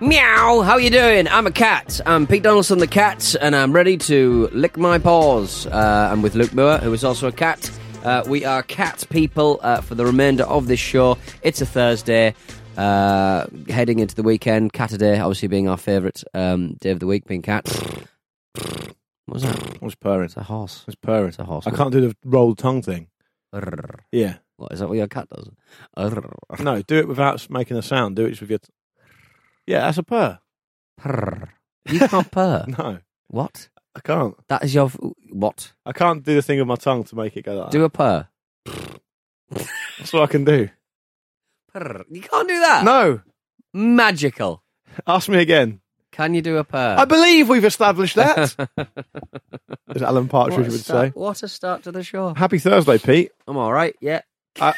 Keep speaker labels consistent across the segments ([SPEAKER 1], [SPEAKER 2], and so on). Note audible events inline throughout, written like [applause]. [SPEAKER 1] Meow, how you doing? I'm a cat. I'm Pete Donaldson the cat, and I'm ready to lick my paws. Uh, I'm with Luke Moore, who is also a cat. Uh, we are cat people uh, for the remainder of this show. It's a Thursday, uh, heading into the weekend. Catterday, obviously being our favourite um, day of the week, being cat. What was that?
[SPEAKER 2] I was purring.
[SPEAKER 1] It's a horse.
[SPEAKER 2] was purring.
[SPEAKER 1] It's a horse.
[SPEAKER 2] I can't do the rolled tongue thing. Yeah.
[SPEAKER 1] What, is that what your cat does? Arr.
[SPEAKER 2] No, do it without s- making a sound. Do it just with your. T- yeah, that's a purr.
[SPEAKER 1] Purr. You can't purr.
[SPEAKER 2] No,
[SPEAKER 1] What?
[SPEAKER 2] I can't.
[SPEAKER 1] That is your. f- What?
[SPEAKER 2] I can't do the thing with my tongue to make it go like that.
[SPEAKER 1] Do a purr.
[SPEAKER 2] That's what I can do.
[SPEAKER 1] Purr. You can't do that.
[SPEAKER 2] No,
[SPEAKER 1] Magical.
[SPEAKER 2] ask me again.
[SPEAKER 1] Can you do a purr?
[SPEAKER 2] I believe we've established
[SPEAKER 1] [laughs]
[SPEAKER 2] that. As Alan
[SPEAKER 1] what,
[SPEAKER 2] Partridge
[SPEAKER 1] a
[SPEAKER 2] would
[SPEAKER 1] start,
[SPEAKER 2] say.
[SPEAKER 1] what a start to the show.
[SPEAKER 2] Happy Thursday, Pete.
[SPEAKER 1] I'm all right. Yeah.
[SPEAKER 2] I,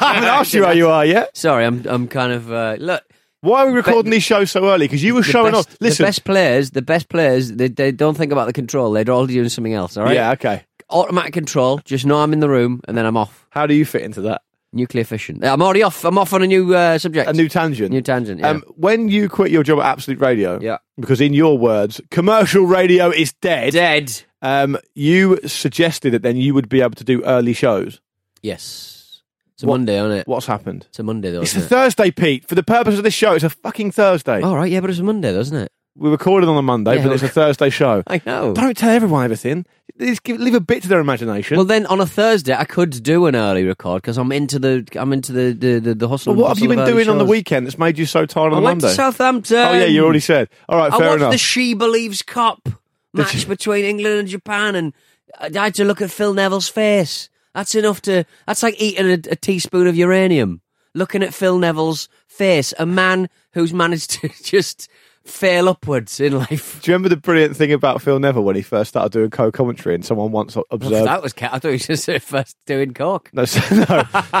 [SPEAKER 2] I haven't asked you how you are yet.
[SPEAKER 1] Sorry, I'm. I'm kind of. Uh, look,
[SPEAKER 2] Why are we recording these shows so early? Because you were
[SPEAKER 1] the
[SPEAKER 2] showing
[SPEAKER 1] best,
[SPEAKER 2] off. Listen.
[SPEAKER 1] the best players. The best players. They, they don't think about the control. They're all doing something else. All right.
[SPEAKER 2] Yeah. Okay.
[SPEAKER 1] Automatic control. Just know I'm in the room, and then I'm off.
[SPEAKER 2] How do you fit into that?
[SPEAKER 1] Nuclear fission. I'm already off. I'm off on a new uh, subject.
[SPEAKER 2] A new tangent.
[SPEAKER 1] New tangent. Yeah.
[SPEAKER 2] Um, when you quit your job at Absolute Radio,
[SPEAKER 1] Yeah.
[SPEAKER 2] because in your words, commercial radio is dead.
[SPEAKER 1] Dead.
[SPEAKER 2] Um, you suggested that then you would be able to do early shows.
[SPEAKER 1] Yes. It's a
[SPEAKER 2] What-
[SPEAKER 1] Monday, isn't it?
[SPEAKER 2] What's happened?
[SPEAKER 1] It's a Monday, though.
[SPEAKER 2] It's the
[SPEAKER 1] isn't
[SPEAKER 2] Thursday, Pete. For the purpose of this show, it's a fucking Thursday.
[SPEAKER 1] it? All right. Yeah, but it's a Monday, though, isn't it?
[SPEAKER 2] We recorded on a Monday,
[SPEAKER 1] Yeah,
[SPEAKER 2] but it's a
[SPEAKER 1] [laughs] look.
[SPEAKER 2] Thursday show.
[SPEAKER 1] I know.
[SPEAKER 2] Don't tell everyone everything. Just give, leave a bit to their imagination.
[SPEAKER 1] Well, then on a Thursday, I could do an early record because I'm into the I'm into the the, the, the hustle.
[SPEAKER 2] Well,
[SPEAKER 1] and
[SPEAKER 2] what have you
[SPEAKER 1] bustle
[SPEAKER 2] been
[SPEAKER 1] of early
[SPEAKER 2] doing on the
[SPEAKER 1] shows.
[SPEAKER 2] weekend that's made you so tired on
[SPEAKER 1] I
[SPEAKER 2] the
[SPEAKER 1] went
[SPEAKER 2] Monday?
[SPEAKER 1] to Southampton.
[SPEAKER 2] oh yeah, you already said. All right,
[SPEAKER 1] I
[SPEAKER 2] Uh, fair
[SPEAKER 1] watched
[SPEAKER 2] enough.
[SPEAKER 1] the She Believes Cup match
[SPEAKER 2] you-
[SPEAKER 1] between England and Japan, and I had to look at Phil Neville's face. That's enough to. That's like eating a, a teaspoon of uranium. Looking at Phil Neville's face, a man who's managed [laughs] to just fail upwards in life.
[SPEAKER 2] Do you remember the brilliant thing about Phil Neville when he first started doing co-commentary and someone once observed?
[SPEAKER 1] That was cat. I thought he was just first doing coke.
[SPEAKER 2] No, [laughs] so- no.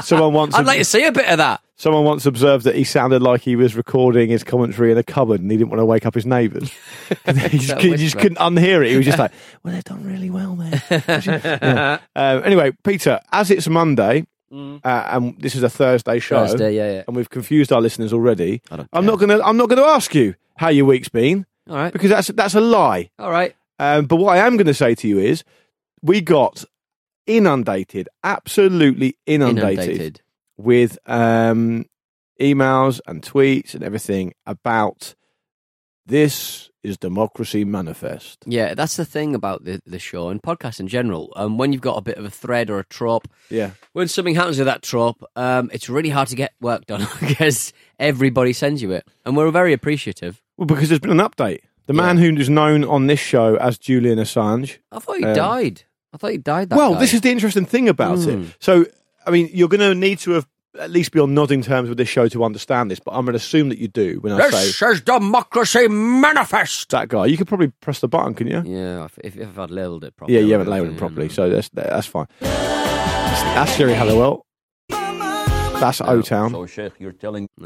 [SPEAKER 1] [laughs]
[SPEAKER 2] someone once
[SPEAKER 1] I'd like to see a bit of that.
[SPEAKER 2] someone once observed that he sounded like he was recording his commentary in a cupboard and he didn't want to wake up his
[SPEAKER 1] [laughs]
[SPEAKER 2] neighbours. he just,
[SPEAKER 1] That
[SPEAKER 2] could, just
[SPEAKER 1] whisper.
[SPEAKER 2] couldn't unhear it. He was
[SPEAKER 1] [laughs]
[SPEAKER 2] just like, "Well, they've done really well there." Yeah. Um, anyway, Peter, as it's Monday. Uh, and this is a Thursday show,
[SPEAKER 1] Mm. Thursday, yeah, yeah.
[SPEAKER 2] and we've confused our listeners already.
[SPEAKER 1] don't
[SPEAKER 2] I'm not gonna, I'm not gonna ask you how your week's been
[SPEAKER 1] All right.
[SPEAKER 2] because that's that's a lie.
[SPEAKER 1] All right.
[SPEAKER 2] Um, but what I am going to say to you is, we got inundated, absolutely inundated,
[SPEAKER 1] Inundated.
[SPEAKER 2] with um, emails and tweets and everything about this is democracy manifest.
[SPEAKER 1] Yeah, that's the thing about the, the show and podcasts in general. Um, when you've got a bit of a thread or a trope,
[SPEAKER 2] Yeah,
[SPEAKER 1] when something happens with that trope, um, it's really hard to get work done [laughs] because everybody sends you it. And we're very appreciative.
[SPEAKER 2] well, because there's been an update. The man who is known on this show as Julian Assange.
[SPEAKER 1] I thought he
[SPEAKER 2] Um,
[SPEAKER 1] died. I thought he died that
[SPEAKER 2] well,
[SPEAKER 1] guy.
[SPEAKER 2] this is the interesting thing about
[SPEAKER 1] Mm.
[SPEAKER 2] it. So, I mean, you're going to need to have at least be on nodding terms with this show to understand this, but I'm going to assume that you do when I say
[SPEAKER 1] This is Democracy Manifest!
[SPEAKER 2] that guy. You could probably press the button, couldn't you?
[SPEAKER 1] Yeah, if, if, if I'd labelled it properly. I
[SPEAKER 2] Yeah, you
[SPEAKER 1] would
[SPEAKER 2] haven't
[SPEAKER 1] have
[SPEAKER 2] labelled
[SPEAKER 1] done,
[SPEAKER 2] it
[SPEAKER 1] yeah,
[SPEAKER 2] properly,
[SPEAKER 1] no.
[SPEAKER 2] so that's that's fine. That's Jerry Halliwell. That's O Town.
[SPEAKER 3] So, Sheikh, you're telling
[SPEAKER 4] Hey,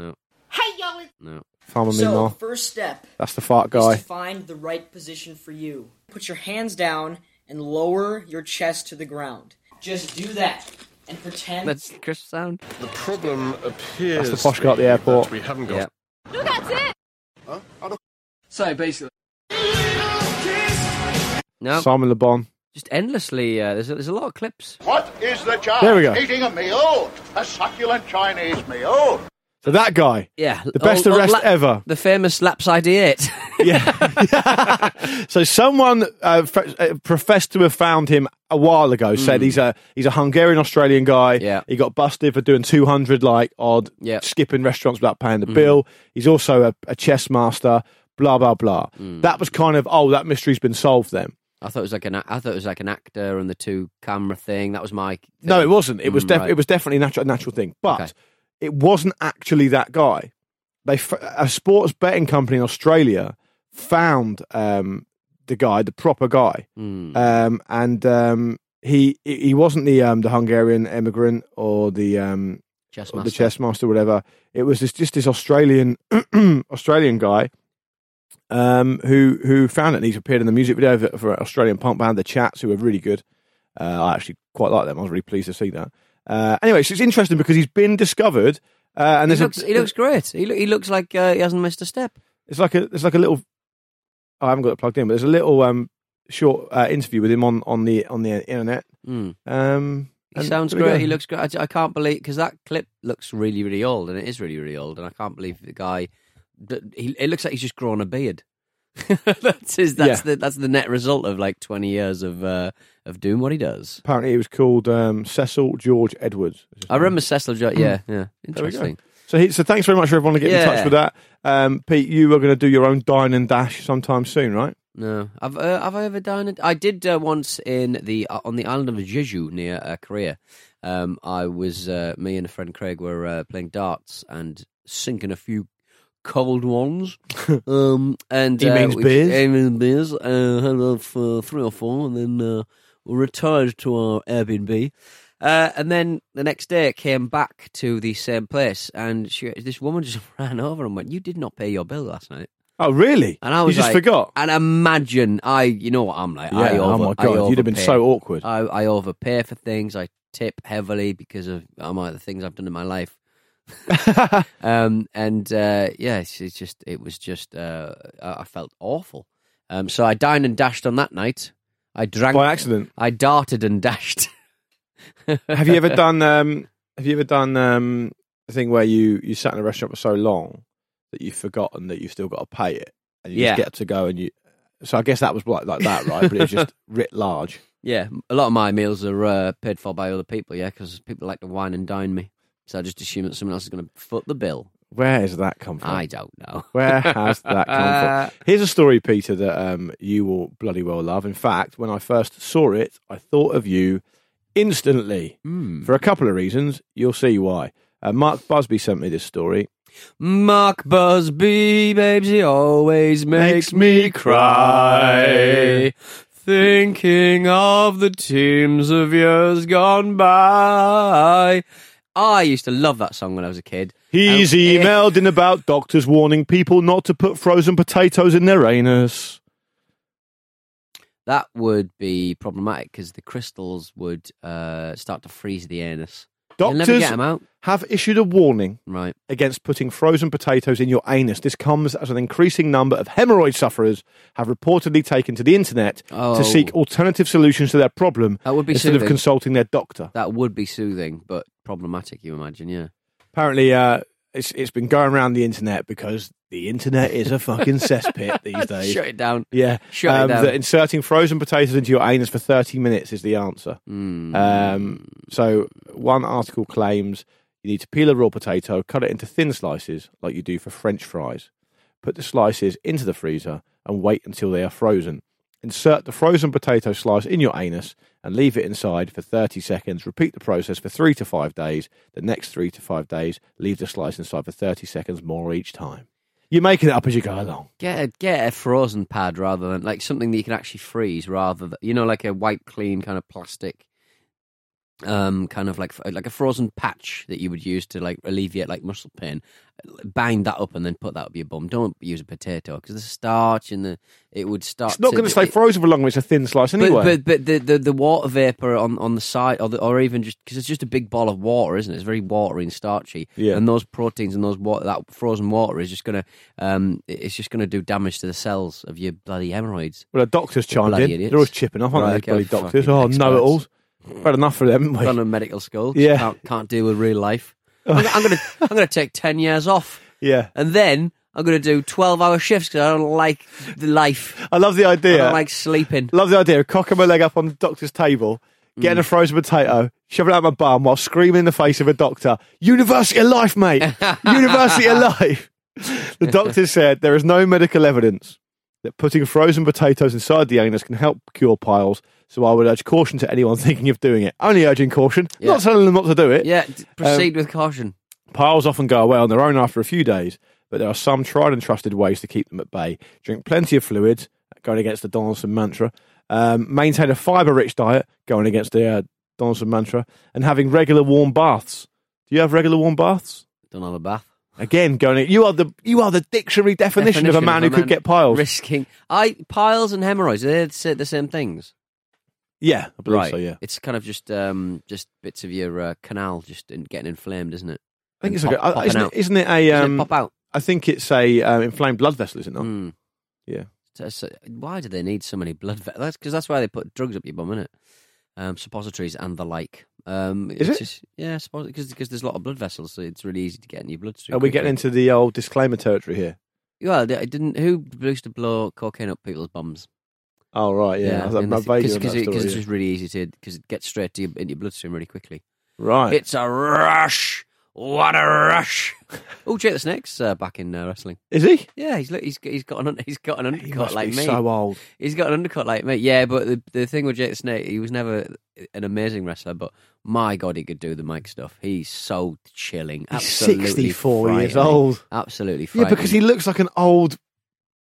[SPEAKER 4] y'all! it's-
[SPEAKER 1] No.
[SPEAKER 2] Farmer
[SPEAKER 5] So,
[SPEAKER 2] Mimar.
[SPEAKER 5] first step
[SPEAKER 2] That's the fart
[SPEAKER 5] is
[SPEAKER 2] guy.
[SPEAKER 5] to find the right position for you. Put your hands down and lower your chest to the ground. Just do that and pretend
[SPEAKER 1] That's Chris sound.
[SPEAKER 6] The problem appears
[SPEAKER 2] That's the posh guy at the
[SPEAKER 6] to be
[SPEAKER 2] airport.
[SPEAKER 6] that We haven't got
[SPEAKER 1] Yeah.
[SPEAKER 3] So basically,
[SPEAKER 1] No,
[SPEAKER 2] Simon Le Bon.
[SPEAKER 1] just endlessly. Uh, there's, a, there's a lot of clips.
[SPEAKER 4] What is the charge?
[SPEAKER 2] There we go.
[SPEAKER 4] Eating a meal, a succulent Chinese meal.
[SPEAKER 2] So that guy.
[SPEAKER 1] Yeah,
[SPEAKER 2] The best arrest ever.
[SPEAKER 1] The famous Laps [laughs] ID8.
[SPEAKER 2] Yeah. [laughs] so someone uh, f- uh, professed to have found him a while ago. Said he's a he's a Hungarian Australian guy.
[SPEAKER 1] Hmm. Yeah.
[SPEAKER 2] He got busted for doing two hundred like odd
[SPEAKER 1] Yeah. Hmm.
[SPEAKER 2] skipping restaurants without paying the bill. He's also a, a chess master. Blah blah blah.
[SPEAKER 1] Hmm.
[SPEAKER 2] That was kind of oh that mystery's been solved then.
[SPEAKER 1] I thought it was like an. a- I thought it was like an actor and the two camera thing. That was my. Thing.
[SPEAKER 2] No, it wasn't. It was
[SPEAKER 1] Mm,
[SPEAKER 2] def-
[SPEAKER 1] right.
[SPEAKER 2] it was definitely a natural a natural thing, but
[SPEAKER 1] Okay.
[SPEAKER 2] it wasn't actually that guy. They f- a sports betting company in Australia found um, the guy, the proper guy,
[SPEAKER 1] Mm.
[SPEAKER 2] um, and um, he he wasn't the um, the Hungarian immigrant or the um,
[SPEAKER 1] Chess
[SPEAKER 2] or
[SPEAKER 1] master.
[SPEAKER 2] the chess master, whatever. It was this, just this Australian [clears throat] Australian guy um, who who found it, and he's appeared in the music video for, for Australian punk band The Chats, who were really good. Uh, I actually quite like them. I was really pleased to see that. Uh, anyway, so it's interesting because he's been discovered, uh, and
[SPEAKER 1] He
[SPEAKER 2] there's
[SPEAKER 1] looks,
[SPEAKER 2] a,
[SPEAKER 1] he looks great. He, loo- he looks like uh, he hasn't missed a step.
[SPEAKER 2] it's like a it's like a little. I haven't got it plugged in, but there's a little um, short uh, interview with him on, on the on the internet.
[SPEAKER 1] Mm.
[SPEAKER 2] Um,
[SPEAKER 1] He
[SPEAKER 2] and
[SPEAKER 1] sounds
[SPEAKER 2] there we
[SPEAKER 1] great.
[SPEAKER 2] go.
[SPEAKER 1] He looks great. I, I can't believe because that clip looks really, really old, and it is really, really old. And I can't believe the guy. that- He, it looks like he's just grown a beard. [laughs] that's his, that's
[SPEAKER 2] Yeah.
[SPEAKER 1] the that's the net result of like twenty years of uh, of doing what he does.
[SPEAKER 2] Apparently, he was called um, Cecil George Edwards.
[SPEAKER 1] I remember Cecil. Jo- yeah, yeah,
[SPEAKER 2] Hmm. There we go.
[SPEAKER 1] interesting.
[SPEAKER 2] So, he, so thanks very much for everyone to get in touch
[SPEAKER 1] Yeah.
[SPEAKER 2] with that. Um, Pete, you are going to do your own dine and dash sometime soon, right?
[SPEAKER 1] No, I've uh, have I ever done it? I did uh, once in the uh, on the island of Jeju near uh, Korea. Um, I was uh, me and a friend Craig were uh, playing darts and sinking a few cold
[SPEAKER 2] [laughs]
[SPEAKER 1] ones. um, and
[SPEAKER 2] He
[SPEAKER 1] uh,
[SPEAKER 2] means
[SPEAKER 1] we-
[SPEAKER 2] beers?
[SPEAKER 1] He means beers. Uh, had about uh, three or four, and then uh, we retired to our Airbnb. Uh, and then the next day, it came back to the same place, and she, this woman just [laughs] ran over and went, "You did not pay your bill last night."
[SPEAKER 2] Oh, really?
[SPEAKER 1] And I was
[SPEAKER 2] you just
[SPEAKER 1] like-
[SPEAKER 2] forgot.
[SPEAKER 1] And imagine I, you know what I'm like. I
[SPEAKER 2] Yeah,
[SPEAKER 1] over,
[SPEAKER 2] oh my
[SPEAKER 1] I
[SPEAKER 2] God, you'd have been
[SPEAKER 1] overpay.
[SPEAKER 2] so awkward.
[SPEAKER 1] I, I overpay for things. I tip heavily because of um, the things I've done in my
[SPEAKER 2] [laughs]
[SPEAKER 1] life. um, and uh, yeah, it's, it's just it was just uh, I I felt awful. Um, so I dined and dashed on that night. I drank
[SPEAKER 2] By accident.
[SPEAKER 1] I darted and dashed.
[SPEAKER 2] [laughs]
[SPEAKER 1] [laughs]
[SPEAKER 2] have you ever done? Um, have you ever done um, a thing where you you sat in a restaurant for so long that you've forgotten that you've still got to pay it, and you
[SPEAKER 1] Yeah.
[SPEAKER 2] just get to go and you. So I guess that was like like that, right? But it
[SPEAKER 1] [laughs]
[SPEAKER 2] was just writ large.
[SPEAKER 1] Yeah, a lot of my meals are uh, paid for by other people. Yeah, because people like to wine and dine me. So I just assume that someone else is going to foot the bill.
[SPEAKER 2] Where has that come from?
[SPEAKER 1] I don't know. [laughs]
[SPEAKER 2] Where has that
[SPEAKER 1] Uh,
[SPEAKER 2] come from? Here's a story, Peter, that um, you will bloody well love. In fact, when I first saw it, I thought of you instantly
[SPEAKER 1] Hmm.
[SPEAKER 2] for a couple of reasons. You'll see why. Uh, Mark Busby sent me this story.
[SPEAKER 1] Mark Busby, babes, he always makes,
[SPEAKER 2] Makes
[SPEAKER 1] me
[SPEAKER 2] me
[SPEAKER 1] cry.
[SPEAKER 2] cry.
[SPEAKER 1] Thinking of the teams of years gone by. I used to love that song when I was a kid.
[SPEAKER 2] He's
[SPEAKER 1] And it-
[SPEAKER 2] emailed in about doctors warning people not to put frozen potatoes in their anus.
[SPEAKER 1] That would be problematic because the crystals would uh, start to freeze the anus. You'll never
[SPEAKER 2] Doctors
[SPEAKER 1] get 'em out.
[SPEAKER 2] have issued a warning
[SPEAKER 1] Right.
[SPEAKER 2] against putting frozen potatoes in your anus. This comes as an increasing number of hemorrhoid sufferers have reportedly taken to the internet
[SPEAKER 1] Oh.
[SPEAKER 2] to seek alternative solutions to their problem
[SPEAKER 1] That would be
[SPEAKER 2] instead
[SPEAKER 1] soothing.
[SPEAKER 2] of consulting their doctor.
[SPEAKER 1] That would be soothing, but problematic, you imagine, yeah.
[SPEAKER 2] Apparently, uh, it's, it's been going around the internet because the internet is a fucking
[SPEAKER 1] [laughs]
[SPEAKER 2] cesspit these days.
[SPEAKER 1] Shut it down.
[SPEAKER 2] Yeah,
[SPEAKER 1] Shut it down.
[SPEAKER 2] that inserting frozen potatoes into your anus for 30 minutes is the answer.
[SPEAKER 1] Hmm.
[SPEAKER 2] Um, so one article claims you need to peel a raw potato, cut it into thin slices like you do for French fries. Put the slices into the freezer and wait until they are frozen. Insert the frozen potato slice in your anus and leave it inside for 30 seconds. Repeat the process for three to five days. The next three to five days, leave the slice inside for 30 seconds more each time. You're making it up as you go along.
[SPEAKER 1] Get a get a frozen pad rather than like something that you can actually freeze, rather than you know like a wipe clean kind of plastic um, kind of like like a frozen patch that you would use to like alleviate like muscle pain. Bind that up and then put that up your bum. Don't use a potato because the starch and the it would start.
[SPEAKER 2] It's not
[SPEAKER 1] to-
[SPEAKER 2] going to stay
[SPEAKER 1] it-
[SPEAKER 2] frozen for long. It's a thin slice
[SPEAKER 1] But,
[SPEAKER 2] anyway.
[SPEAKER 1] but but the, the the water vapor on, on the side, or the, or even just because it's just a big ball of water, isn't it? It's very watery and starchy.
[SPEAKER 2] Yeah.
[SPEAKER 1] And those proteins and those water, that frozen water is just gonna um, it- it's just gonna do damage to the cells of your bloody hemorrhoids.
[SPEAKER 2] well, the doctors chimed
[SPEAKER 1] Bloody
[SPEAKER 2] in.
[SPEAKER 1] idiots.
[SPEAKER 2] They're always chipping off, aren't
[SPEAKER 1] Right,
[SPEAKER 2] they?
[SPEAKER 1] okay,
[SPEAKER 2] these Bloody doctors.
[SPEAKER 1] fucking
[SPEAKER 2] Oh,
[SPEAKER 1] experts.
[SPEAKER 2] know it alls. Had enough for them, haven't
[SPEAKER 1] Gone
[SPEAKER 2] we?
[SPEAKER 1] to medical school.
[SPEAKER 2] Yeah.
[SPEAKER 1] Can't, can't deal with real life. I'm, I'm gonna I'm gonna take ten years off,
[SPEAKER 2] [laughs] Yeah.
[SPEAKER 1] and then I'm gonna do twelve hour shifts because I don't like the life.
[SPEAKER 2] I love the
[SPEAKER 1] I
[SPEAKER 2] idea.
[SPEAKER 1] don't like sleeping.
[SPEAKER 2] Love the idea of cocking my leg up on the doctor's table, getting a
[SPEAKER 1] Mm.
[SPEAKER 2] frozen potato, shoving it out my bum while screaming in the face of a doctor, University of
[SPEAKER 1] [laughs]
[SPEAKER 2] life, mate! University of life! The doctor said there is no medical evidence that putting frozen potatoes inside the anus can help cure piles, so I would urge caution to anyone [laughs] thinking of doing it. Only urging caution,
[SPEAKER 1] Yeah.
[SPEAKER 2] not telling them not to do it.
[SPEAKER 1] Yeah, d- proceed with caution.
[SPEAKER 2] Piles often go away on their own after a few days, but there are some tried and trusted ways to keep them at bay. Drink plenty of fluids, uh, going against the Donaldson mantra. Um, maintain a fibre rich diet, going against the uh, Donaldson mantra. And having regular warm baths. Do you have regular warm baths?
[SPEAKER 1] Don't have a bath.
[SPEAKER 2] Again, going. You are the you are the dictionary definition, of a man who could get piles.
[SPEAKER 1] Risking I piles and hemorrhoids. They're the sa- the same things,
[SPEAKER 2] Yeah, I believe so. Yeah,
[SPEAKER 1] It's kind of just um just bits of your uh, canal just in, getting inflamed, isn't it?
[SPEAKER 2] I think it's
[SPEAKER 1] pop-
[SPEAKER 2] like a, uh,
[SPEAKER 1] popping
[SPEAKER 2] isn't,
[SPEAKER 1] out.
[SPEAKER 2] it, isn't it a?
[SPEAKER 1] Doesn't it
[SPEAKER 2] Um,
[SPEAKER 1] pop out.
[SPEAKER 2] I think it's a um, inflamed blood vessel, is it not?
[SPEAKER 1] Mm.
[SPEAKER 2] Yeah.
[SPEAKER 1] So- so why do they need so many blood vessels? That's because that's why they put drugs up your bum, isn't it? Um, suppositories and the like. Um, it's
[SPEAKER 2] Is it?
[SPEAKER 1] Just, yeah, because there's a lot of blood vessels, so it's really easy to get in your bloodstream.
[SPEAKER 2] Are we getting
[SPEAKER 1] quickly.
[SPEAKER 2] into the old disclaimer territory here?
[SPEAKER 1] Well, it didn't. Who used to blow cocaine up people's bums?
[SPEAKER 2] Oh right, yeah. I was- I'm vague on that
[SPEAKER 1] because
[SPEAKER 2] story,
[SPEAKER 1] it's
[SPEAKER 2] yeah.
[SPEAKER 1] just really easy to because it gets straight to your, into your bloodstream really quickly.
[SPEAKER 2] Right.
[SPEAKER 1] It's a rush. What a rush! [laughs] oh, Jake the Snake's uh, back in uh, wrestling.
[SPEAKER 2] Is he?
[SPEAKER 1] Yeah, he's look, he's got- he's got an un- he's got an undercut
[SPEAKER 2] He must
[SPEAKER 1] like
[SPEAKER 2] be
[SPEAKER 1] me.
[SPEAKER 2] so old.
[SPEAKER 1] he's got an undercut like me. Yeah, but the the thing with Jake the Snake, he was never an amazing wrestler, but my god, he could do the mic stuff. He's so chilling.
[SPEAKER 2] He's
[SPEAKER 1] Absolutely
[SPEAKER 2] 64 years
[SPEAKER 1] frightening.
[SPEAKER 2] old.
[SPEAKER 1] Absolutely.
[SPEAKER 2] Yeah, because he
[SPEAKER 1] frightening.
[SPEAKER 2] looks like an old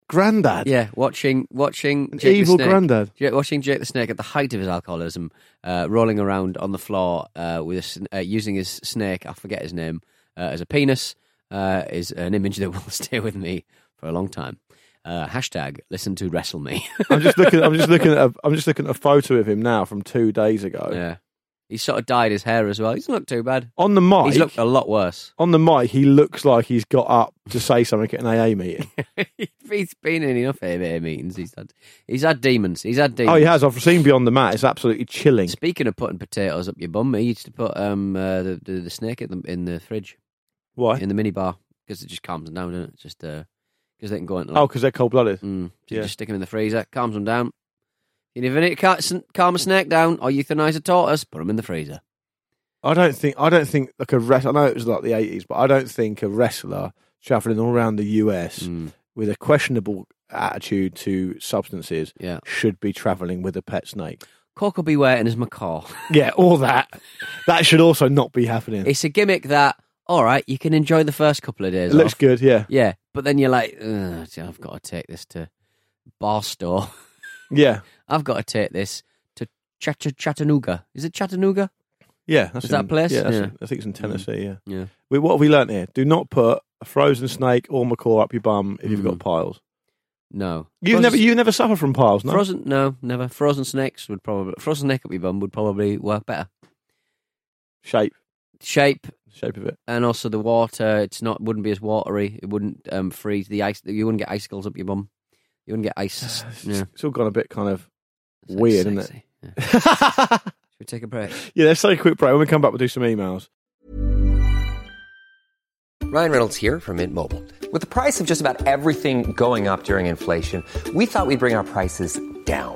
[SPEAKER 2] granddad.
[SPEAKER 1] Yeah, watching watching
[SPEAKER 2] An
[SPEAKER 1] Jake the
[SPEAKER 2] evil
[SPEAKER 1] Snake-
[SPEAKER 2] granddad.
[SPEAKER 1] Jake, watching Jake the Snake at the height of his alcoholism, uh, rolling around on the floor uh, with a, sn- uh, using his snake, I forget his name, uh, as a penis, uh, is an image that [laughs] will stay with me for a long time. Uh, hashtag listen to wrestle me. [laughs]
[SPEAKER 2] I'm just looking. I'm just looking at. A, I'm just looking at a photo of him now from two days ago.
[SPEAKER 1] yeah, he sort of dyed his hair as well. He's not too bad.
[SPEAKER 2] On the mic,
[SPEAKER 1] He's looked a lot worse. [laughs]
[SPEAKER 2] on the mic, he looks like he's got up to say something at an AA meeting.
[SPEAKER 1] he's been in enough AA meetings. He's had he's had demons. He's had demons.
[SPEAKER 2] oh, [laughs] he has. I've seen Beyond the Mat. It's absolutely chilling.
[SPEAKER 1] Speaking of putting potatoes up your bum, he used to put um uh, the, the the snake in the in the fridge.
[SPEAKER 2] Why?
[SPEAKER 1] in the mini bar because it just calms them down, doesn't it? It's Just because they can go into
[SPEAKER 2] Oh,
[SPEAKER 1] like,
[SPEAKER 2] because they're cold blooded.
[SPEAKER 1] mm, so
[SPEAKER 2] yeah.
[SPEAKER 1] you just stick them in the freezer, calms them down. And if you need to ca- s- calm a snake down or euthanize a tortoise, put them in the freezer.
[SPEAKER 2] I don't think I don't think like a wrestler. I know it was like the eighties, but I don't think a wrestler traveling all around the US
[SPEAKER 1] Mm.
[SPEAKER 2] with a questionable attitude to substances
[SPEAKER 1] Yeah.
[SPEAKER 2] should be traveling with a pet snake.
[SPEAKER 1] Cocker beware and his macaw.
[SPEAKER 2] Yeah, all that that should also not be happening.
[SPEAKER 1] it's a gimmick that all right, you can enjoy the first couple of days.
[SPEAKER 2] it looks
[SPEAKER 1] off.
[SPEAKER 2] good, yeah,
[SPEAKER 1] Yeah, but then you're like, "Ugh, I've got to take this to Barstow.
[SPEAKER 2] yeah,
[SPEAKER 1] [laughs] I've got to take this to Chatt- Chattanooga. Is it Chattanooga?
[SPEAKER 2] yeah. That's
[SPEAKER 1] Is that
[SPEAKER 2] in-
[SPEAKER 1] place?
[SPEAKER 2] Yeah, that's
[SPEAKER 1] Yeah. Mm.
[SPEAKER 2] in- I think it's in Tennessee. Yeah.
[SPEAKER 1] Yeah.
[SPEAKER 2] We, what have we learnt here? Do not put a frozen snake or macaw up your bum if you've got piles.
[SPEAKER 1] No.
[SPEAKER 2] You've
[SPEAKER 1] Mm. Frozen-
[SPEAKER 2] never you never suffer from piles, no?
[SPEAKER 1] Frozen? No, never. Frozen snakes would probably frozen snake up your bum would probably work better.
[SPEAKER 2] Shape,
[SPEAKER 1] Shape
[SPEAKER 2] shape of it.
[SPEAKER 1] and also the water. It's not wouldn't be as watery. It wouldn't um, freeze the ice. You wouldn't get icicles up your bum. You wouldn't get ice. yeah,
[SPEAKER 2] [sighs] It's all gone a bit kind of
[SPEAKER 1] It's
[SPEAKER 2] weird, isn't it?
[SPEAKER 1] sexy. Yeah. Should we take a break?
[SPEAKER 2] Yeah, let's take a quick break. When we come back, we'll do some emails.
[SPEAKER 7] Ryan Reynolds here from Mint Mobile. With the price of just about everything going up during inflation, we thought we'd bring our prices down.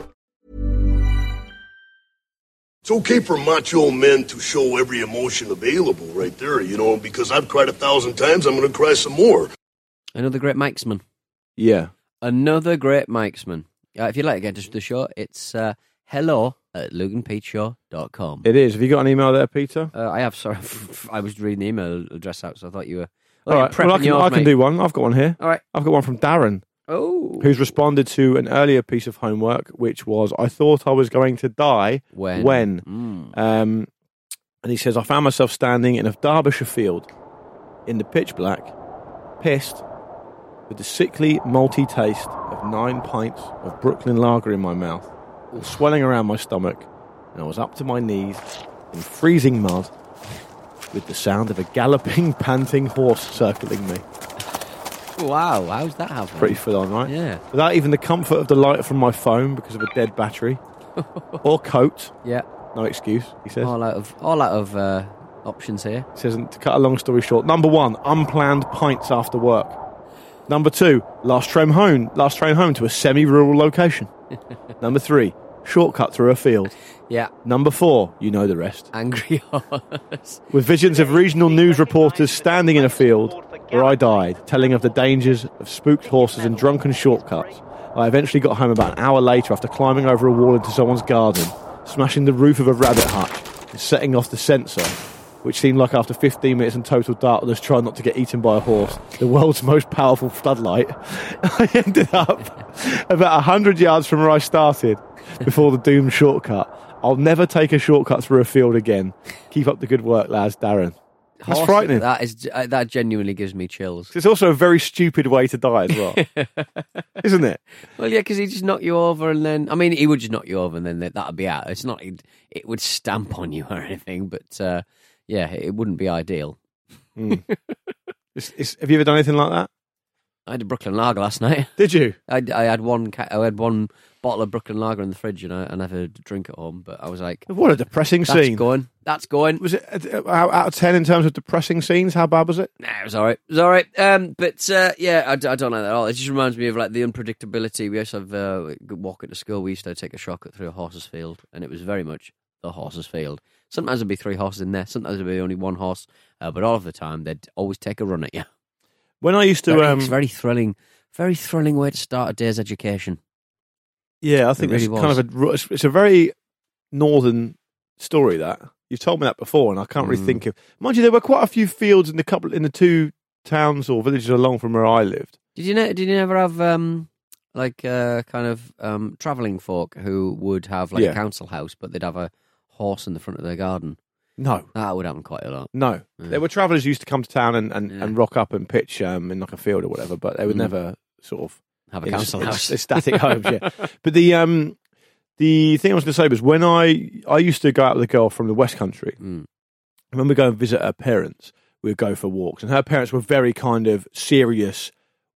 [SPEAKER 6] It's okay for macho men to show every emotion available right there, you know, because I've cried a thousand times, I'm going to cry some more.
[SPEAKER 1] Another great Mike's man.
[SPEAKER 2] Yeah.
[SPEAKER 1] Another great Mikesman. Uh, if you'd like to get into the show, it's uh, hello at luganpeachshow.com.
[SPEAKER 2] It is. Have you got an email there, Peter?
[SPEAKER 1] Uh, I have, sorry. [laughs] I was reading the email address out, so I thought you were. I thought
[SPEAKER 2] All
[SPEAKER 1] you
[SPEAKER 2] right.
[SPEAKER 1] were
[SPEAKER 2] Well, I
[SPEAKER 1] prepping
[SPEAKER 2] can,
[SPEAKER 1] yours,
[SPEAKER 2] I can
[SPEAKER 1] mate.
[SPEAKER 2] do one. I've got one here.
[SPEAKER 1] All right.
[SPEAKER 2] I've got one from Darren,
[SPEAKER 1] Oh.
[SPEAKER 2] who's responded to an earlier piece of homework, which was I thought I was going to die
[SPEAKER 1] When?
[SPEAKER 2] when.
[SPEAKER 1] Mm.
[SPEAKER 2] Um, and he says, I found myself standing in a Derbyshire field in the pitch black, pissed, with the sickly, malty taste of nine pints of Brooklyn lager in my mouth, all swelling around my stomach, and I was up to my knees in freezing mud with the sound of a galloping, panting horse circling me.
[SPEAKER 1] Wow, how's that happen?
[SPEAKER 2] Pretty full on, right?
[SPEAKER 1] Yeah.
[SPEAKER 2] Without even the comfort of the light from my phone because of a dead battery or coat.
[SPEAKER 1] Yeah.
[SPEAKER 2] No excuse, he says.
[SPEAKER 1] All out of, all out of uh, options here.
[SPEAKER 2] says, and to cut a long story short, number one, unplanned pints after work. Number two, last train home, last train home to a semi-rural location. number three, shortcut through a field.
[SPEAKER 1] Yeah. [laughs]
[SPEAKER 2] Number four, you know the rest.
[SPEAKER 1] Angry horse.
[SPEAKER 2] With visions of regional news reporters standing in a field where I died, telling of the dangers of spooked horses and drunken shortcuts. I eventually got home about an hour later after climbing over a wall into someone's garden, smashing the roof of a rabbit hutch, and setting off the sensor, which seemed like after 15 minutes in total darkness, trying not to get eaten by a horse, the world's most powerful floodlight. [laughs] I ended up about 100 yards from where I started before the doomed shortcut. I'll never take a shortcut through a field again. Keep up the good work, lads, Darren. That's
[SPEAKER 1] Horse-
[SPEAKER 2] frightening.
[SPEAKER 1] That is uh, that genuinely gives me chills.
[SPEAKER 2] 'Cause It's also a very stupid way to die as well, [laughs] isn't it?
[SPEAKER 1] Well, yeah, because he just knock you over, and then I mean, he would just knock you over, and then that, that'd be out. It's not it, it would stamp on you [laughs] or anything, but uh, yeah, it wouldn't be ideal.
[SPEAKER 2] It's, it's, have you ever done anything like that?
[SPEAKER 1] I had a Brooklyn Lager last night.
[SPEAKER 2] Did you?
[SPEAKER 1] I, I had one ca- I had one bottle of Brooklyn Lager in the fridge, and I, I never drink at home. But I was like,
[SPEAKER 2] What a depressing
[SPEAKER 1] that's
[SPEAKER 2] scene.
[SPEAKER 1] going, that's going.
[SPEAKER 2] Was it uh, out out of 10 in terms of depressing scenes? How bad was it?
[SPEAKER 1] Nah, it was all right. It was all right. Um, but uh, yeah, I, d- I don't like that at all. It just reminds me of like the unpredictability. We used to have uh, walk into school. We used to take a shortcut through a horse's field, and it was very much the horse's field. Sometimes there'd be three horses in there. Sometimes there'd be only one horse. Uh, but all of the time, they'd always take a run at you.
[SPEAKER 2] When I used to.
[SPEAKER 1] Very,
[SPEAKER 2] um,
[SPEAKER 1] it's very thrilling. Very thrilling way to start a day's education.
[SPEAKER 2] yeah, I think
[SPEAKER 1] It
[SPEAKER 2] it's
[SPEAKER 1] really
[SPEAKER 2] kind
[SPEAKER 1] was.
[SPEAKER 2] of a. ru- It's, it's a very northern story that. You've told me that before, and I can't
[SPEAKER 1] Mm.
[SPEAKER 2] really think of. Mind you, there were quite a few fields in the couple in the two towns or villages along from where I lived.
[SPEAKER 1] Did you ne- did you never have um like uh, kind of um traveling folk who would have like
[SPEAKER 2] Yeah.
[SPEAKER 1] a council house, but they'd have a horse in the front of their garden?
[SPEAKER 2] No,
[SPEAKER 1] That would happen quite a lot.
[SPEAKER 2] No, there were travellers who used to come to town and, and,
[SPEAKER 1] Yeah.
[SPEAKER 2] and rock up and pitch um, in like a field or whatever, but they would
[SPEAKER 1] Mm.
[SPEAKER 2] never sort of
[SPEAKER 1] Have a
[SPEAKER 2] in-
[SPEAKER 1] council
[SPEAKER 2] in-
[SPEAKER 1] house.
[SPEAKER 2] ecstatic homes. Yeah, but the um, the thing I was going to say was when I I used to go out with a girl from the West Country.
[SPEAKER 1] Mm.
[SPEAKER 2] When we go and visit her parents, we'd go for walks, and her parents were very kind of serious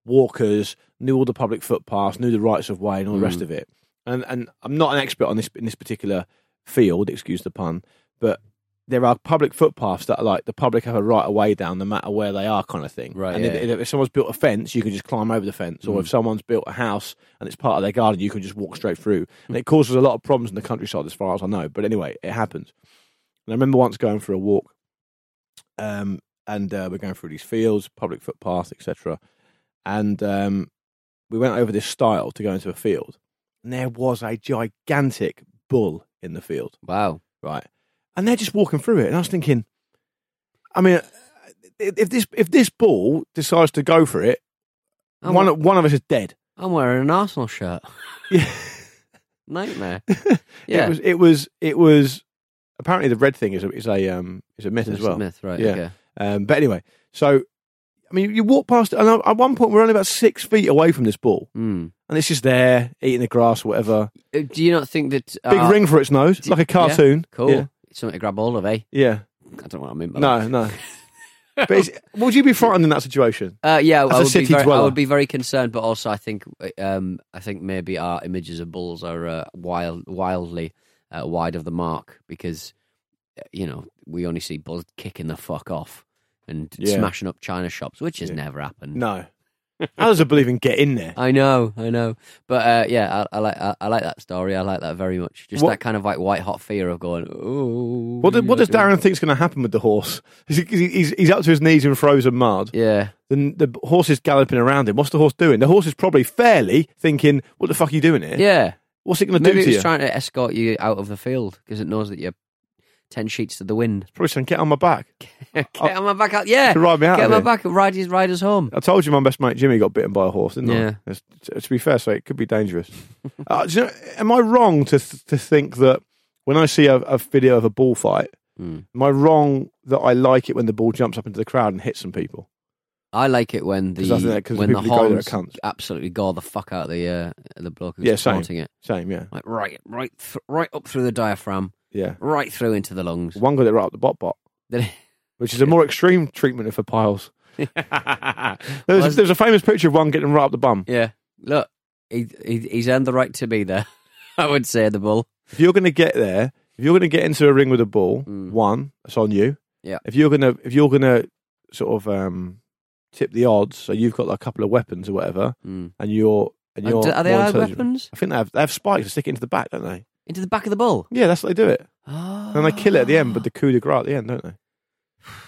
[SPEAKER 2] walkers, knew all the public footpaths, knew the rights of way, and all the
[SPEAKER 1] Mm.
[SPEAKER 2] rest of it. And and I'm not an expert on this in this particular field, excuse the pun, but there are public footpaths that are like the public have a right of way down, no matter where they are, kind of thing.
[SPEAKER 1] Right,
[SPEAKER 2] And
[SPEAKER 1] yeah. Mm.
[SPEAKER 2] if, if someone's built a fence, you can just climb over the fence, or if someone's built a house and it's part of their garden, you can just walk straight through.
[SPEAKER 1] Mm.
[SPEAKER 2] And it causes a lot of problems in the countryside, as far as I know. But anyway, it happens. And I remember once going for a walk, um, and uh, we're going through these fields, public footpath, etc. And um, we went over this stile to go into a field, and there was a gigantic bull in the field,
[SPEAKER 1] [laughs] Wow.
[SPEAKER 2] right? And they're just walking through it, and I was thinking, I mean, if if this if this bull decides to go for it,
[SPEAKER 1] I'm,
[SPEAKER 2] one one of us is dead.
[SPEAKER 1] I'm wearing an Arsenal shirt.
[SPEAKER 2] [laughs] Yeah.
[SPEAKER 1] [laughs] Nightmare. Yeah.
[SPEAKER 2] [laughs] It was it was it was apparently the red thing is a is a um is a myth as
[SPEAKER 1] It's a
[SPEAKER 2] well.
[SPEAKER 1] myth, right?
[SPEAKER 2] Yeah.
[SPEAKER 1] okay.
[SPEAKER 2] Um, but anyway, so I mean, you walk past, and at one point we're only about six feet away from this bull,
[SPEAKER 1] Mm.
[SPEAKER 2] and it's just there eating the grass, or whatever.
[SPEAKER 1] Uh, Do you not think that
[SPEAKER 2] Big
[SPEAKER 1] uh,
[SPEAKER 2] ring for its nose,
[SPEAKER 1] d-
[SPEAKER 2] like a
[SPEAKER 1] yeah,
[SPEAKER 2] cartoon.
[SPEAKER 1] Cool.
[SPEAKER 2] Yeah.
[SPEAKER 1] Something to grab hold of, eh?
[SPEAKER 2] yeah.
[SPEAKER 1] I don't know what I mean by that.
[SPEAKER 2] No,
[SPEAKER 1] [laughs]
[SPEAKER 2] no. but it's, would you be frightened in that situation?
[SPEAKER 1] Uh, yeah,
[SPEAKER 2] As
[SPEAKER 1] I
[SPEAKER 2] a
[SPEAKER 1] would, be
[SPEAKER 2] city
[SPEAKER 1] very, I
[SPEAKER 2] dweller.
[SPEAKER 1] would be very concerned, but also I think um, I think maybe our images of bulls are uh, wild, wildly uh, wide of the mark because uh, you know we only see bulls kicking the fuck off and
[SPEAKER 2] Yeah.
[SPEAKER 1] smashing up china shops, which has never happened.
[SPEAKER 2] No. How does a believe in get in there?
[SPEAKER 1] I know, I know. But uh, yeah, I, I like I, I like that story. I like that very much. Just
[SPEAKER 2] What-
[SPEAKER 1] that kind of like white hot fear of going. Oh,
[SPEAKER 2] What, do- what does
[SPEAKER 1] you know,
[SPEAKER 2] Darren think's going to happen with the horse? Is he- 'cause he- He's, he's up to his knees in frozen mud.
[SPEAKER 1] Yeah.
[SPEAKER 2] Then the horse is galloping around him. What's the horse doing? The horse is probably fairly thinking, "What the fuck are you doing here?
[SPEAKER 1] Yeah.
[SPEAKER 2] What's it going to do
[SPEAKER 1] Maybe
[SPEAKER 2] to
[SPEAKER 1] it's
[SPEAKER 2] you?"
[SPEAKER 1] trying to escort you out of the field because it knows that you're ten sheets to the wind.
[SPEAKER 2] probably saying, "Get on my back."
[SPEAKER 1] Get on my back out. Yeah.
[SPEAKER 2] To Oh. ride me out
[SPEAKER 1] Get
[SPEAKER 2] of
[SPEAKER 1] on my
[SPEAKER 2] here.
[SPEAKER 1] back. Ride his riders home.
[SPEAKER 2] I told you my best mate Jimmy got bitten by a horse, didn't
[SPEAKER 1] Yeah.
[SPEAKER 2] I? Yeah. To be fair, so it could be dangerous. [laughs] uh, do you know, am I wrong to th- to think that when I see a, a video of a bull fight, am I wrong that I like it when the bull jumps up into the crowd and hits some people?
[SPEAKER 1] I like it when the
[SPEAKER 2] 'Cause I think that- 'cause
[SPEAKER 1] when the
[SPEAKER 2] people who go there are
[SPEAKER 1] horns
[SPEAKER 2] cunts.
[SPEAKER 1] absolutely gore the fuck out of the uh, the bloke who's
[SPEAKER 2] yeah, same.
[SPEAKER 1] supporting it.
[SPEAKER 2] Same, yeah,
[SPEAKER 1] Like right, right, th- right up through the diaphragm,
[SPEAKER 2] yeah.
[SPEAKER 1] right through into the lungs.
[SPEAKER 2] One got it right up the bot bot.
[SPEAKER 1] Then-
[SPEAKER 2] which is a more extreme treatment for piles. There
[SPEAKER 1] Was-
[SPEAKER 2] was, there was a famous picture of one getting right up the bum.
[SPEAKER 1] [laughs] Yeah. Look, he, he he's earned the right to be there. [laughs] I would say the bull.
[SPEAKER 2] If you're going to get there, if you're going to get into a ring with a ball, one, that's on you.
[SPEAKER 1] Mm. Yeah.
[SPEAKER 2] If you're going to, if you're going to sort of um, tip the odds, so you've got like a couple of weapons or whatever,
[SPEAKER 1] Mm.
[SPEAKER 2] and you're and
[SPEAKER 1] Uh,
[SPEAKER 2] you're
[SPEAKER 1] do- are they
[SPEAKER 2] more
[SPEAKER 1] allowed
[SPEAKER 2] intelligent-
[SPEAKER 1] weapons?
[SPEAKER 2] I think they have they have spikes to stick it into the back, don't they?
[SPEAKER 1] Into the back of the bull. [gasps]
[SPEAKER 2] Yeah, that's how they do it.
[SPEAKER 1] Oh.
[SPEAKER 2] And they kill it at the end, but the coup de grace at the end, don't they?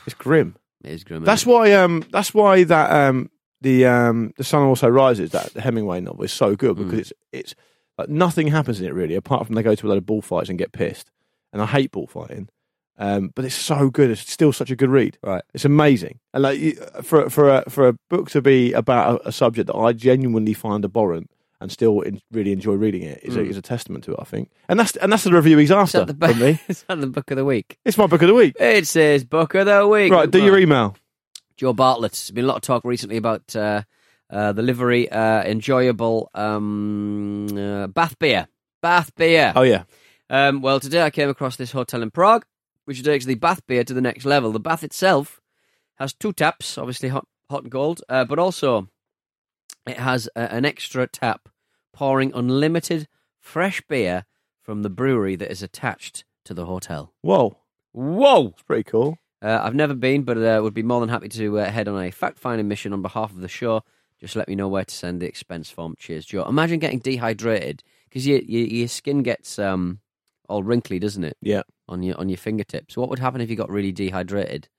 [SPEAKER 2] It's grim.
[SPEAKER 1] It is grim.
[SPEAKER 2] That's why. Um, that's why that um, the um, the sun also rises. That the Hemingway novel is so good because it's it's like nothing happens in it really, apart from they go to a load of bullfights and get pissed. And I hate bullfighting, um, but it's so good. It's still such a good read.
[SPEAKER 1] Right.
[SPEAKER 2] It's amazing. And like you- for for a, for a book to be about a, a subject that I genuinely find abhorrent. And still in, really enjoy reading it is, a, is a testament to it, I think, and that's and that's the review he's
[SPEAKER 1] Is that
[SPEAKER 2] after
[SPEAKER 1] the, [laughs]
[SPEAKER 2] from me.
[SPEAKER 1] is that the book of the week?
[SPEAKER 2] It's my book of the
[SPEAKER 1] [laughs]
[SPEAKER 2] week.
[SPEAKER 1] It says book of the week.
[SPEAKER 2] Right, do
[SPEAKER 1] Well,
[SPEAKER 2] your email.
[SPEAKER 1] Joe Bartlett. There's been a lot of talk recently about uh, uh, the livery, uh, enjoyable um, uh, bath beer. Bath beer.
[SPEAKER 2] Oh yeah,
[SPEAKER 1] Um, well, today I came across this hotel in Prague, which takes the bath beer to the next level. The bath itself has two taps, obviously hot, hot and cold, uh, but also it has a, an extra tap pouring unlimited fresh beer from the brewery that is attached to the hotel.
[SPEAKER 2] whoa,
[SPEAKER 1] Whoa!
[SPEAKER 2] it's pretty cool.
[SPEAKER 1] Uh, I've never been, but uh, would be more than happy to uh, head on a fact finding mission on behalf of the show. Just let me know where to send the expense form. Cheers, Joe. Imagine getting dehydrated because your, your your skin gets um all wrinkly, doesn't it,
[SPEAKER 2] Yeah,
[SPEAKER 1] on your on your fingertips? What would happen if you got really dehydrated?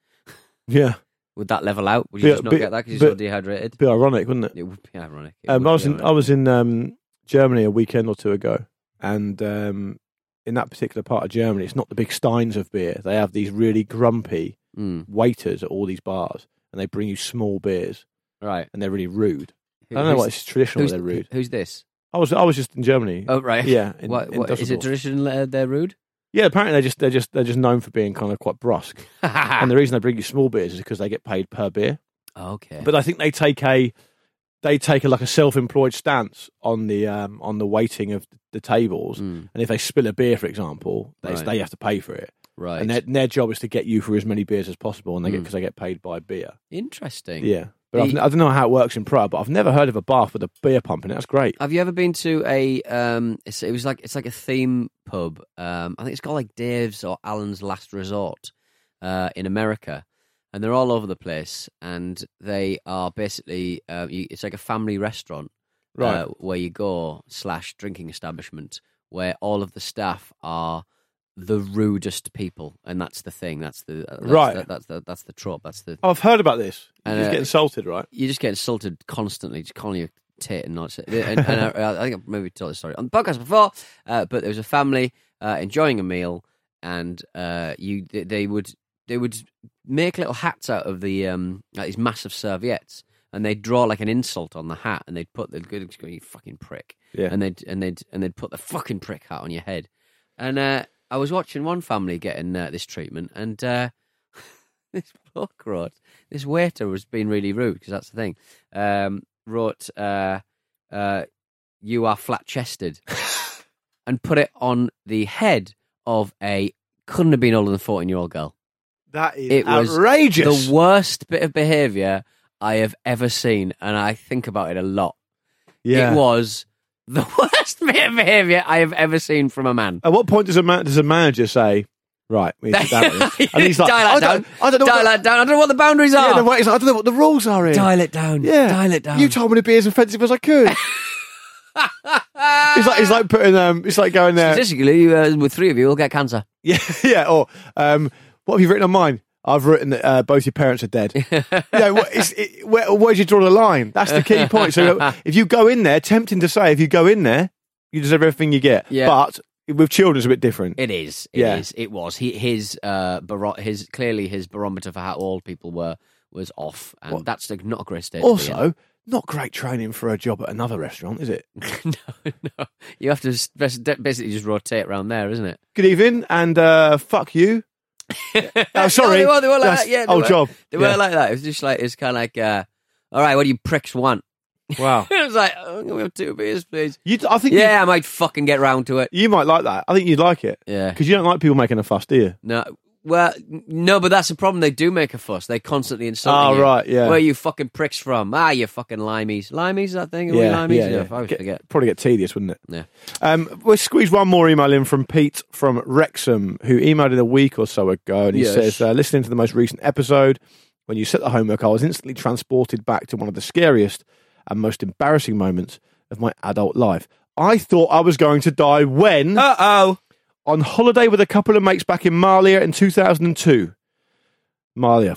[SPEAKER 2] yeah.
[SPEAKER 1] Would that level out? Would you
[SPEAKER 2] Yeah,
[SPEAKER 1] just not
[SPEAKER 2] bit-
[SPEAKER 1] get that because
[SPEAKER 2] bit-
[SPEAKER 1] you're so dehydrated?
[SPEAKER 2] Be ironic, wouldn't it?
[SPEAKER 1] It would be ironic. It
[SPEAKER 2] Um,
[SPEAKER 1] would
[SPEAKER 2] I
[SPEAKER 1] be
[SPEAKER 2] was in I
[SPEAKER 1] ironic.
[SPEAKER 2] was in um, Germany a weekend or two ago, and um, in that particular part of Germany, it's not the big steins of beer. They have these really grumpy
[SPEAKER 1] Mm,
[SPEAKER 2] waiters at all these bars, and they bring you small beers,
[SPEAKER 1] right.
[SPEAKER 2] and they're really rude. I
[SPEAKER 1] Who-
[SPEAKER 2] don't know
[SPEAKER 1] who's-
[SPEAKER 2] why it's traditional.
[SPEAKER 1] Who's,
[SPEAKER 2] They're rude.
[SPEAKER 1] who's this?
[SPEAKER 2] I was I was just in Germany.
[SPEAKER 1] Oh, right.
[SPEAKER 2] Yeah, in-
[SPEAKER 1] what,
[SPEAKER 2] in
[SPEAKER 1] what, is it
[SPEAKER 2] Dusseldorf.
[SPEAKER 1] tradition? Uh, they're rude.
[SPEAKER 2] Yeah, apparently they're just they're just they're just known for being kind of quite brusque.
[SPEAKER 1] Ah.
[SPEAKER 2] and the reason they bring you small beers is because they get paid per beer.
[SPEAKER 1] [laughs] okay.
[SPEAKER 2] but I think they take a they take a, like a self-employed stance on the um, on the weighting of the tables,
[SPEAKER 1] Mm,
[SPEAKER 2] and if they spill a beer, for example, they
[SPEAKER 1] Right.
[SPEAKER 2] they have to pay for it,
[SPEAKER 1] right.
[SPEAKER 2] and their, their job is to get you for as many beers as possible, and they get
[SPEAKER 1] Mm.
[SPEAKER 2] because they get paid by beer.
[SPEAKER 1] Interesting.
[SPEAKER 2] Yeah, but I've,
[SPEAKER 1] The-
[SPEAKER 2] n- I don't know how it works in Prague, but I've never heard of a bath with a beer pump in it. That's great.
[SPEAKER 1] Have you ever been to a? Um, it's, it was like it's like a theme pub. Um, I think it's called like Dave's or Alan's Last Resort uh, in America, and they're all over the place. And they are basically uh, you, it's like a family restaurant,
[SPEAKER 2] Right.
[SPEAKER 1] Uh, where you go slash drinking establishment where all of the staff are the rudest people, and that's the thing. That's the that's,
[SPEAKER 2] Right.
[SPEAKER 1] That, that's the that's the trope. That's the
[SPEAKER 2] Oh, I've heard about this. You
[SPEAKER 1] And,
[SPEAKER 2] just
[SPEAKER 1] uh,
[SPEAKER 2] get insulted, right?
[SPEAKER 1] you just get insulted constantly, just calling you a tit and not. And, and uh, I, I think I maybe told this story on the podcast before, uh, but there was a family uh, enjoying a meal, and uh, you they, they would they would make little hats out of the um, like these massive serviettes, and they'd draw like an insult on the hat, and they'd put the good you fucking prick,
[SPEAKER 2] Yeah.
[SPEAKER 1] and they'd and they'd and they'd put the fucking prick hat on your head, and uh, I was watching one family getting uh, this treatment, and uh, [laughs] this bloke wrote, this waiter was being really rude because that's the thing. Um, wrote, uh, uh, "You are flat
[SPEAKER 2] [laughs]
[SPEAKER 1] chested," and put it on the head of a couldn't have been older than fourteen year old girl.
[SPEAKER 2] That is
[SPEAKER 1] It was
[SPEAKER 2] outrageous.
[SPEAKER 1] The worst bit of behaviour I have ever seen, and I think about it a lot.
[SPEAKER 2] yeah.
[SPEAKER 1] It was [laughs] the worst bit of behaviour I have ever seen from a man.
[SPEAKER 2] At what point does a man does a manager say, Right,
[SPEAKER 1] [laughs]
[SPEAKER 2] we need to dial it in. And he's like,
[SPEAKER 1] dial that
[SPEAKER 2] I
[SPEAKER 1] down.
[SPEAKER 2] don't, I don't know.
[SPEAKER 1] dial
[SPEAKER 2] what
[SPEAKER 1] that down. I don't know what the boundaries
[SPEAKER 2] the,
[SPEAKER 1] are.
[SPEAKER 2] yeah, no, wait, he's like, I don't know what the rules are here.
[SPEAKER 1] Dial it down.
[SPEAKER 2] Yeah,
[SPEAKER 1] Dial it down.
[SPEAKER 2] You told me to be as offensive as I could. it's like it's like putting um, it's like going there.
[SPEAKER 1] Statistically, you, uh, with three of you, will get cancer.
[SPEAKER 2] Yeah, [laughs] yeah. Or um, what have you written on mine? I've written that uh, both your parents are dead.
[SPEAKER 1] [laughs]
[SPEAKER 2] yeah, what, it's, it, where, where do you draw the line? That's the key point. So
[SPEAKER 1] [laughs]
[SPEAKER 2] if you go in there, tempting to say, if you go in there, you deserve everything you get.
[SPEAKER 1] Yeah.
[SPEAKER 2] But with children, it's a bit different.
[SPEAKER 1] It is. It is.
[SPEAKER 2] Yeah.
[SPEAKER 1] It was. He, his uh, baro- his clearly his barometer for how old people were was off, and
[SPEAKER 2] Well,
[SPEAKER 1] that's the, not a great state. to be
[SPEAKER 2] also, not great training for a job at another restaurant, is it?
[SPEAKER 1] in. [laughs] no, no. You have to s- bas- basically just rotate around there, isn't it?
[SPEAKER 2] Good evening, and uh, fuck you. oh, sorry.
[SPEAKER 1] [laughs] No, they were, they were like
[SPEAKER 2] That's
[SPEAKER 1] that. Yeah, they
[SPEAKER 2] old
[SPEAKER 1] were.
[SPEAKER 2] job.
[SPEAKER 1] They were
[SPEAKER 2] Yeah.
[SPEAKER 1] like that. It was just like it's kind of like, uh, all right, what do you pricks want? [laughs]
[SPEAKER 2] wow.
[SPEAKER 1] it was like, oh, can we have two beers, please?
[SPEAKER 2] [laughs] You, I think
[SPEAKER 1] Yeah, I might fucking get round to it.
[SPEAKER 2] you, you might like that. I think you'd like it.
[SPEAKER 1] Yeah.
[SPEAKER 2] Because you don't like people making a fuss, do you?
[SPEAKER 1] No. Well, n- no, but that's the problem. They do make a fuss. They constantly insult
[SPEAKER 2] Oh,
[SPEAKER 1] you.
[SPEAKER 2] right, yeah.
[SPEAKER 1] Where you fucking pricks from? Ah, you fucking limeys. Limeys, that thing? Are we limeys? I always
[SPEAKER 2] Get-
[SPEAKER 1] forget.
[SPEAKER 2] Probably get tedious, wouldn't it?
[SPEAKER 1] Yeah.
[SPEAKER 2] Um, we'll squeeze one more email in from Pete from Wrexham, who emailed in a week or so ago, and he
[SPEAKER 1] Yes.
[SPEAKER 2] says, uh, listening to the most recent episode, when you set the homework, I was instantly transported back to one of the scariest and most embarrassing moments of my adult life. I thought I was going to die when
[SPEAKER 1] Uh oh.
[SPEAKER 2] on holiday with a couple of mates back in Malia in 2002. Malia,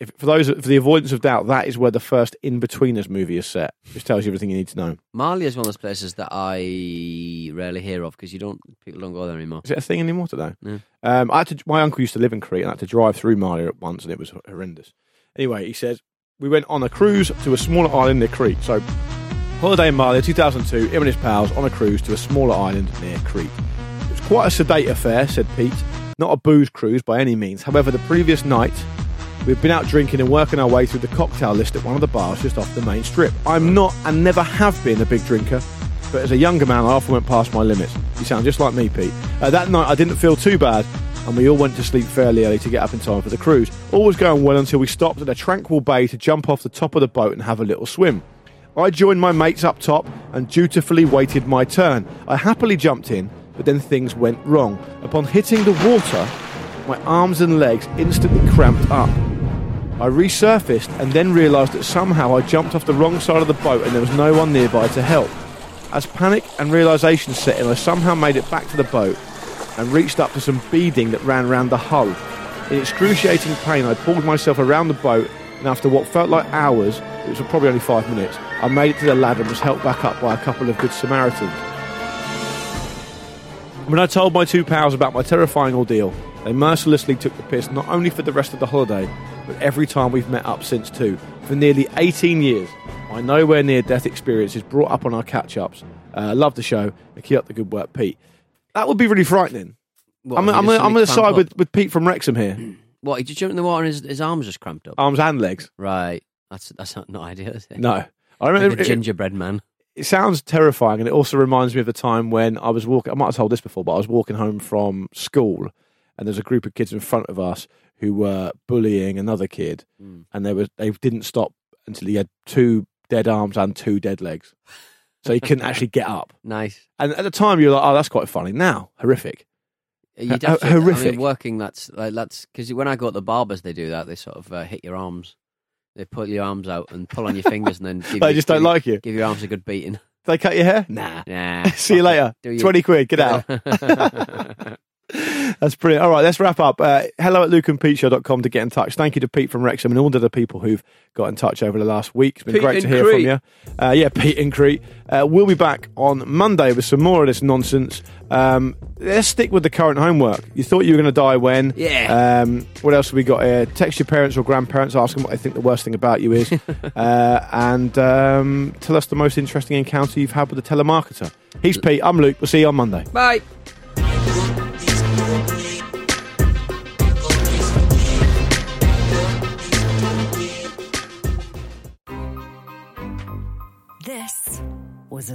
[SPEAKER 2] if, for those for the avoidance of doubt, that is where the first In Betweeners movie is set, which tells you everything you need to know.
[SPEAKER 1] Mali is one of those places that I rarely hear of because you don't people don't go there anymore.
[SPEAKER 2] Is it a thing anymore today?
[SPEAKER 1] No.
[SPEAKER 2] Um, I had to, my uncle used to live in Crete, and I had to drive through Malia at once, and it was horrendous. Anyway, he says we went on a cruise to a smaller island near Crete. So, holiday in Malia, 2002, him and his pals on a cruise to a smaller island near Crete. It was quite a sedate affair, said Pete. Not a booze cruise by any means. However, the previous night we've been out drinking and working our way through the cocktail list at one of the bars just off the main strip. I'm not and never have been a big drinker, but as a younger man, I often went past my limits. You sound just like me, Pete. Uh, that night, I didn't feel too bad, and we all went to sleep fairly early to get up in time for the cruise. All was going well until we stopped at a tranquil bay to jump off the top of the boat and have a little swim. I joined my mates up top and dutifully waited my turn. I happily jumped in, but then things went wrong. Upon hitting the water, my arms and legs instantly cramped up. I resurfaced and then realised that somehow I jumped off the wrong side of the boat and there was no one nearby to help. As panic and realisation set in, I somehow made it back to the boat and reached up to some beading that ran round the hull. In excruciating pain, I pulled myself around the boat, and after what felt like hours, it was probably only five minutes, I made it to the ladder and was helped back up by a couple of good Samaritans. When I told my two pals about my terrifying ordeal, they mercilessly took the piss not only for the rest of the holiday, but every time we've met up since too. For nearly 18 years, my nowhere near death experience is brought up on our catch ups. Uh, love the show. and Keep up the good work, Pete. That would be really frightening.
[SPEAKER 1] What,
[SPEAKER 2] I'm,
[SPEAKER 1] he just
[SPEAKER 2] I'm, I'm going
[SPEAKER 1] suddenly
[SPEAKER 2] to
[SPEAKER 1] cramped
[SPEAKER 2] side
[SPEAKER 1] up?
[SPEAKER 2] with, with Pete from Wrexham here.
[SPEAKER 1] What? He just jumped in the water and his, his arms just cramped up.
[SPEAKER 2] Arms and legs.
[SPEAKER 1] Right. That's that's not, not ideal. Is it?
[SPEAKER 2] Oh. No. I
[SPEAKER 1] Like
[SPEAKER 2] remember
[SPEAKER 1] a
[SPEAKER 2] it,
[SPEAKER 1] gingerbread man.
[SPEAKER 2] it sounds terrifying, and it also reminds me of the time when I was walking. I might have told this before, but I was walking home from school, and there's a group of kids in front of us who were bullying another kid, and they were they didn't stop until he had two dead arms and two dead legs, so he couldn't actually get up.
[SPEAKER 1] Nice.
[SPEAKER 2] And at the time, you were like, "Oh, that's quite funny." Now, horrific.
[SPEAKER 1] You'd
[SPEAKER 2] Ho-
[SPEAKER 1] have to, I
[SPEAKER 2] horrific.
[SPEAKER 1] mean, working that's like, that's because when I go to the barbers, they do that. They sort of uh, hit your arms. They pull your arms out and pull on your fingers, and then [laughs] give
[SPEAKER 2] They
[SPEAKER 1] you-
[SPEAKER 2] just don't
[SPEAKER 1] give you-
[SPEAKER 2] like you.
[SPEAKER 1] Give your arms a good beating.
[SPEAKER 2] Did they cut your hair? Nah.
[SPEAKER 1] Nah.
[SPEAKER 2] [laughs] See you
[SPEAKER 1] fuck it.
[SPEAKER 2] later.
[SPEAKER 1] Do you-
[SPEAKER 2] Twenty quid. Get out. [laughs]
[SPEAKER 1] [laughs]
[SPEAKER 2] That's brilliant. All right, let's wrap up. Uh, hello at lukeandpeteshow.com to get in touch. Thank you to Pete from Wrexham and all the other people who've got in touch over the last week. It's been
[SPEAKER 1] Pete
[SPEAKER 2] great to
[SPEAKER 1] in
[SPEAKER 2] hear
[SPEAKER 1] Crete.
[SPEAKER 2] from you. Uh, yeah, Pete and Crete. Uh, we'll be back on Monday with some more of this nonsense. Um, let's stick with the current homework. You thought you were going to die when?
[SPEAKER 1] Yeah.
[SPEAKER 2] Um, what else have we got here? Text your parents or grandparents, ask them what they think the worst thing about you is, uh, and um, tell us the most interesting encounter you've had with a telemarketer. He's Pete. I'm Luke. We'll see you on Monday.
[SPEAKER 1] Bye.
[SPEAKER 8] This was a